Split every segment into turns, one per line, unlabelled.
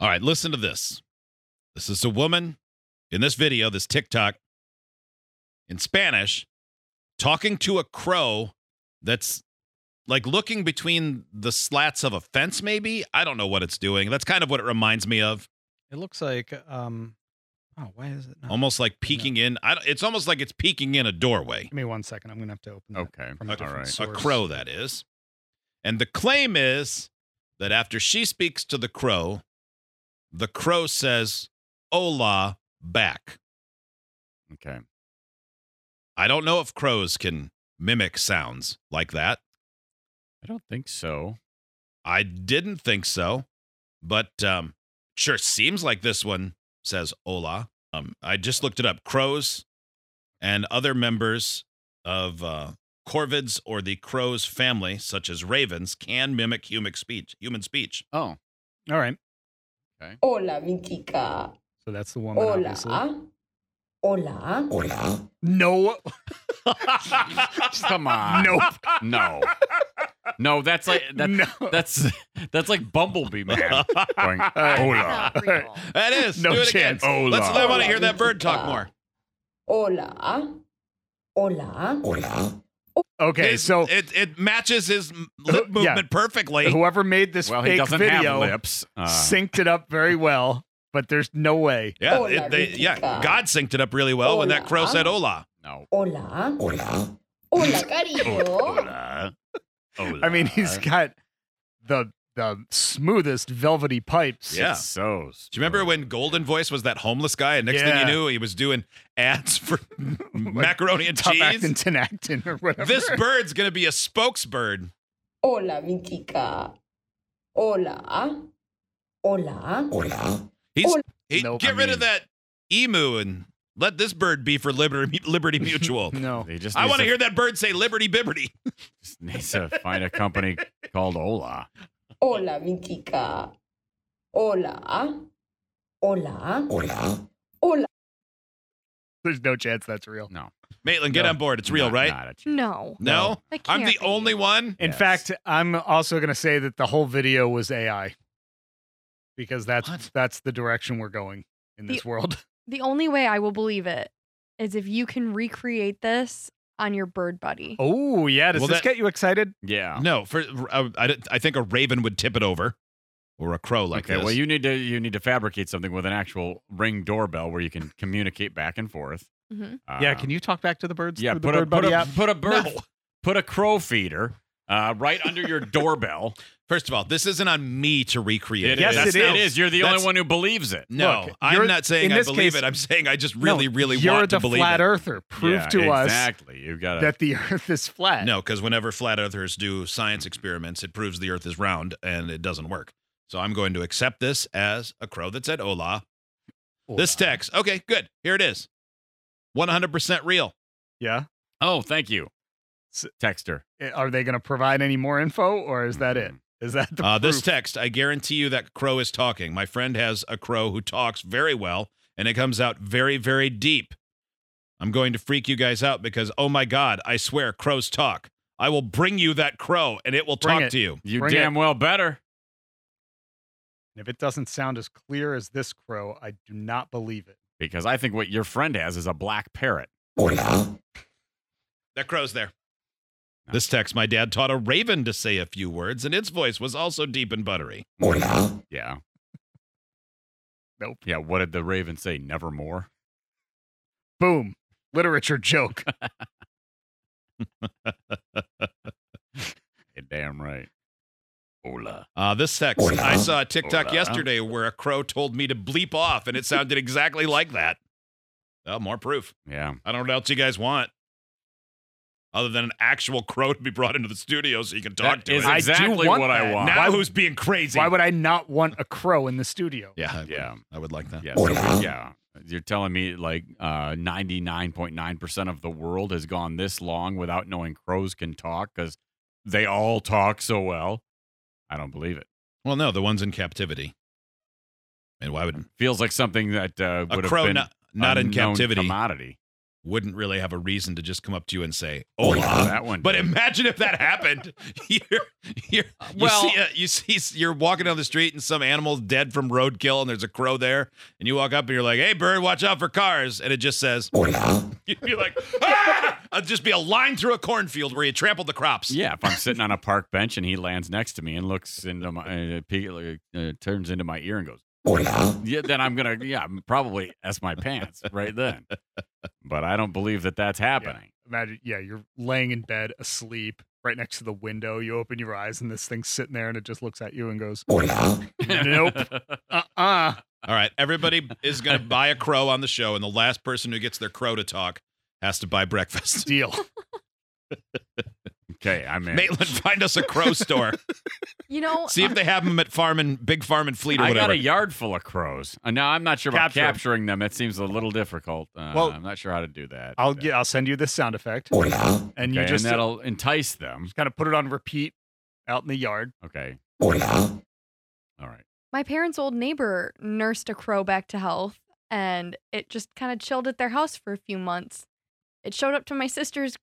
All right, listen to this. This is a woman in this video, this TikTok in Spanish, talking to a crow that's like looking between the slats of a fence, maybe. I don't know what it's doing. That's kind of what it reminds me of,
It looks like um oh, why is it not?
almost like peeking in. I don't, it's almost like it's peeking in a doorway.
Give me one second. I'm gonna have to open that
Okay.
from a
All
different
right.
a
source.
crow that is and the claim is that after she speaks to the crow the crow says hola back
Okay.
i don't know if crows can mimic sounds like that
I don't think so.
i didn't think so but um sure seems like this one says hola um i just looked it up crows and other members of uh corvids or the crow's family such as ravens can mimic human speech human speech
Oh,
All right.
Hola, mi chica.
So that's the woman
Hola.
obviously.
Hola.
No
come on.
Nope.
No. No, that's like that,
No.
that's that's like Bumblebee man. Boing.
Hola.
That is.
No
Do it
chance.
Again. Let's, I want to hear that bird talk
Hola.
more.
Hola. Hola.
Okay,
His-
so
it, it matches his m- lip
Who-
movement
yeah.
perfectly.
whoever made this
Well, he
fake
doesn't
video
have lips. Uh,
synked it up very well, but there's no way.
yeah,
Hola,
it- they- yeah.
Ritica.
God synced it up really well when that crow
Hola.
said "Hola."
no.
Hola. Hola. Hola, cariño.
Hola.
I mean, he's
Hola.
got the the smoothest velvety pipes.
Yeah.
It's so.
Do you remember when Golden Voice was that homeless guy, and next
Yeah.
thing you knew, he was doing ads for macaroni and
Tough actin,
cheese?
tin actin, or whatever.
This bird's gonna be a spokesbird.
Hola, mi chica. Hola. Hola. Hola.
He's
Hola.
he,
Nope.
get
I
rid of
mean-
that emu and let this bird be for Liberty Liberty Mutual.
no.
They just
I
needs
want to
to
hear that bird say "Liberty Bibberty."
just needs to find a company called Ola.
Hola, mi chica. Hola. Hola. Hola.
There's no chance that's real.
No.
Maitland, get
No.
on board. It's real,
Not-
right?
not a ch-
No.
No,
That
I'm
can't
the
be.
only one.
In
Yes.
fact, I'm also going to say that the whole video was AI because that's
What?
that's the direction we're going in
The-
this world.
The only way I will believe it is if you can recreate this on your bird buddy.
Oh, yeah. Does
Well,
this
that-
get you excited?
Yeah.
No, for I, I don't- I think a raven would tip it over, or a crow like
okay.
this.
Well, you need to you need to fabricate something with an actual ring doorbell where you can communicate back and forth.
Mhm.
Uh,
yeah. Can you talk back to the birds?
Yeah.
through the
Put a
bird
put
buddy
a,
app?
put a bird
No.
put a crow feeder uh, right under your doorbell.
First of all, this isn't on me to recreate.
Yes,
That's
it
not-
It is. You're the
that's-
only one who believes it.
No,
Look,
I'm
you're-
not saying
in
I
this
believe
case-
it. I'm saying I just really,
No,
really
you're
want
the
to believe
flat
it.
earther. Prove
Yeah,
to us
exactly. You got to
that the Earth is flat.
No, because whenever flat earthers do science experiments, it proves the Earth is round and it doesn't work. So I'm going to accept this as a crow that said "Hola." This
Hola.
text, okay, good. Here it is, 100% real.
Yeah.
Oh, thank you,
S-
Texter.
I- Are they going to provide any more info, or is that it? Is that the
Uh, this
proof?
text, I guarantee you that crow is talking. My friend has a crow who talks very well, and it comes out very, very deep. I'm going to freak you guys out because, oh my God, I swear crows talk. I will bring you that crow and it will
Bring
talk
it.
to you.
You
Bring
damn well better.
if it doesn't sound as clear as this crow, I do not believe it.
Because I think what your friend has is a black parrot.
That crow's there. This text, my dad taught a raven to say a few words, and its voice was also deep and buttery.
Yeah.
Nope.
Yeah. What did the raven say? Nevermore.
Boom. Literature joke.
You're damn right. Hola.
Uh, this text, I saw a TikTok
Hola.
yesterday where a crow told me to bleep off, and it sounded exactly like that. Well, more proof.
Yeah.
I don't know what else you guys want. Other than an actual crow to be brought into the studio so you can talk
That
to
is
it.
I do
exactly
want
what I
that.
want.
now
why-
who's being crazy?
Why would I not want a crow in the studio?
yeah, I would,
Yeah.
I would like that.
Yeah. so we- yeah. You're telling me like uh, 99.9% of the world has gone this long without knowing crows can talk because they all talk so well. I don't believe it.
Well, no, the one's in captivity. And why would
Feels like something that uh,
a
would have
crow
been
not, not in
unknown
captivity?
commodity.
wouldn't really have a reason to just come up to you and say,
Oh,
"Hola."
that one.
But
did.
imagine if that happened. You're, you're, you
Well-
see a, you see, you're walking down the street and some animal's dead from roadkill, and there's a crow there, and you walk up and you're like, "Hey, bird, watch out for cars," and it just says, You'd be like, "Ah!" It'd just be a line through a cornfield where you trampled the crops.
yeah, if I'm sitting on a park bench and he lands next to me and looks into my, uh, pe- uh, turns into my ear and goes, yeah, then I'm gonna, yeah, I'm probably s my pants right then. But I don't believe that that's happening.
Imagine, yeah, you're laying in bed asleep right next to the window. You open your eyes and this thing's sitting there and it just looks at you and goes, Nope. uh uh
All right, everybody is going to buy a crow on the show, and the last person who gets their crow to talk has to buy breakfast.
deal.
okay, I'm in.
Maitland, find us a crow store.
You know,
See if they have them at Farm and Big Farm and Fleet or
I got
whatever.
a yard full of crows. Uh, now I'm not sure about
Capture 'em.
capturing them. It seems a little difficult. Uh,
Well,
I'm not sure how to do that.
I'll
Okay,
get, I'll send you this sound effect and you
and
just
that'll entice them.
kind of put it on repeat out in the yard.
Okay. All right.
my parents' old neighbor nursed a crow back to health, and it just kind of chilled at their house for a few months. It showed up to my sister's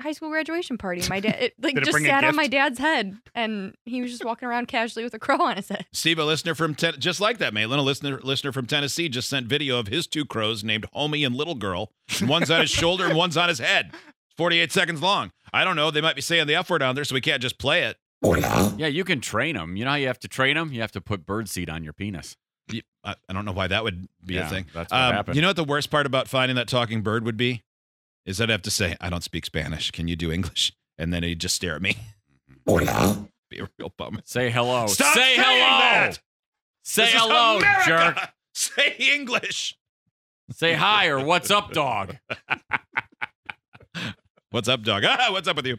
high school graduation party. My dad, it like
Did it
just
bring a
sat on
gift?
my dad's head, and he was just walking around casually with a crow on his head.
Steve, a listener from Ten- just like that, Maitland, a listener listener from Tennessee just sent video of his two crows named Homie and Little Girl. One's on his shoulder and one's on his head. Forty eight seconds long. I don't know. They might be saying the F word on there, so we can't just play it.
Yeah, you can train them. You know how you have to train them? You have to put bird seed on your penis.
Y- I, I don't know why that would be
Yeah,
a thing.
That's what
Um,
happened.
Um, You know what the worst part about finding that talking bird would be? Is that I have to say, I don't speak Spanish. Can you do English? And then he'd just stare at me. be a real bummer.
Say hello.
Stop
Say
saying
hello.
that!
Say
This is
hello,
America!
jerk.
Say English.
Say hi or what's up, dog.
What's up, dog? Ah, what's up with you?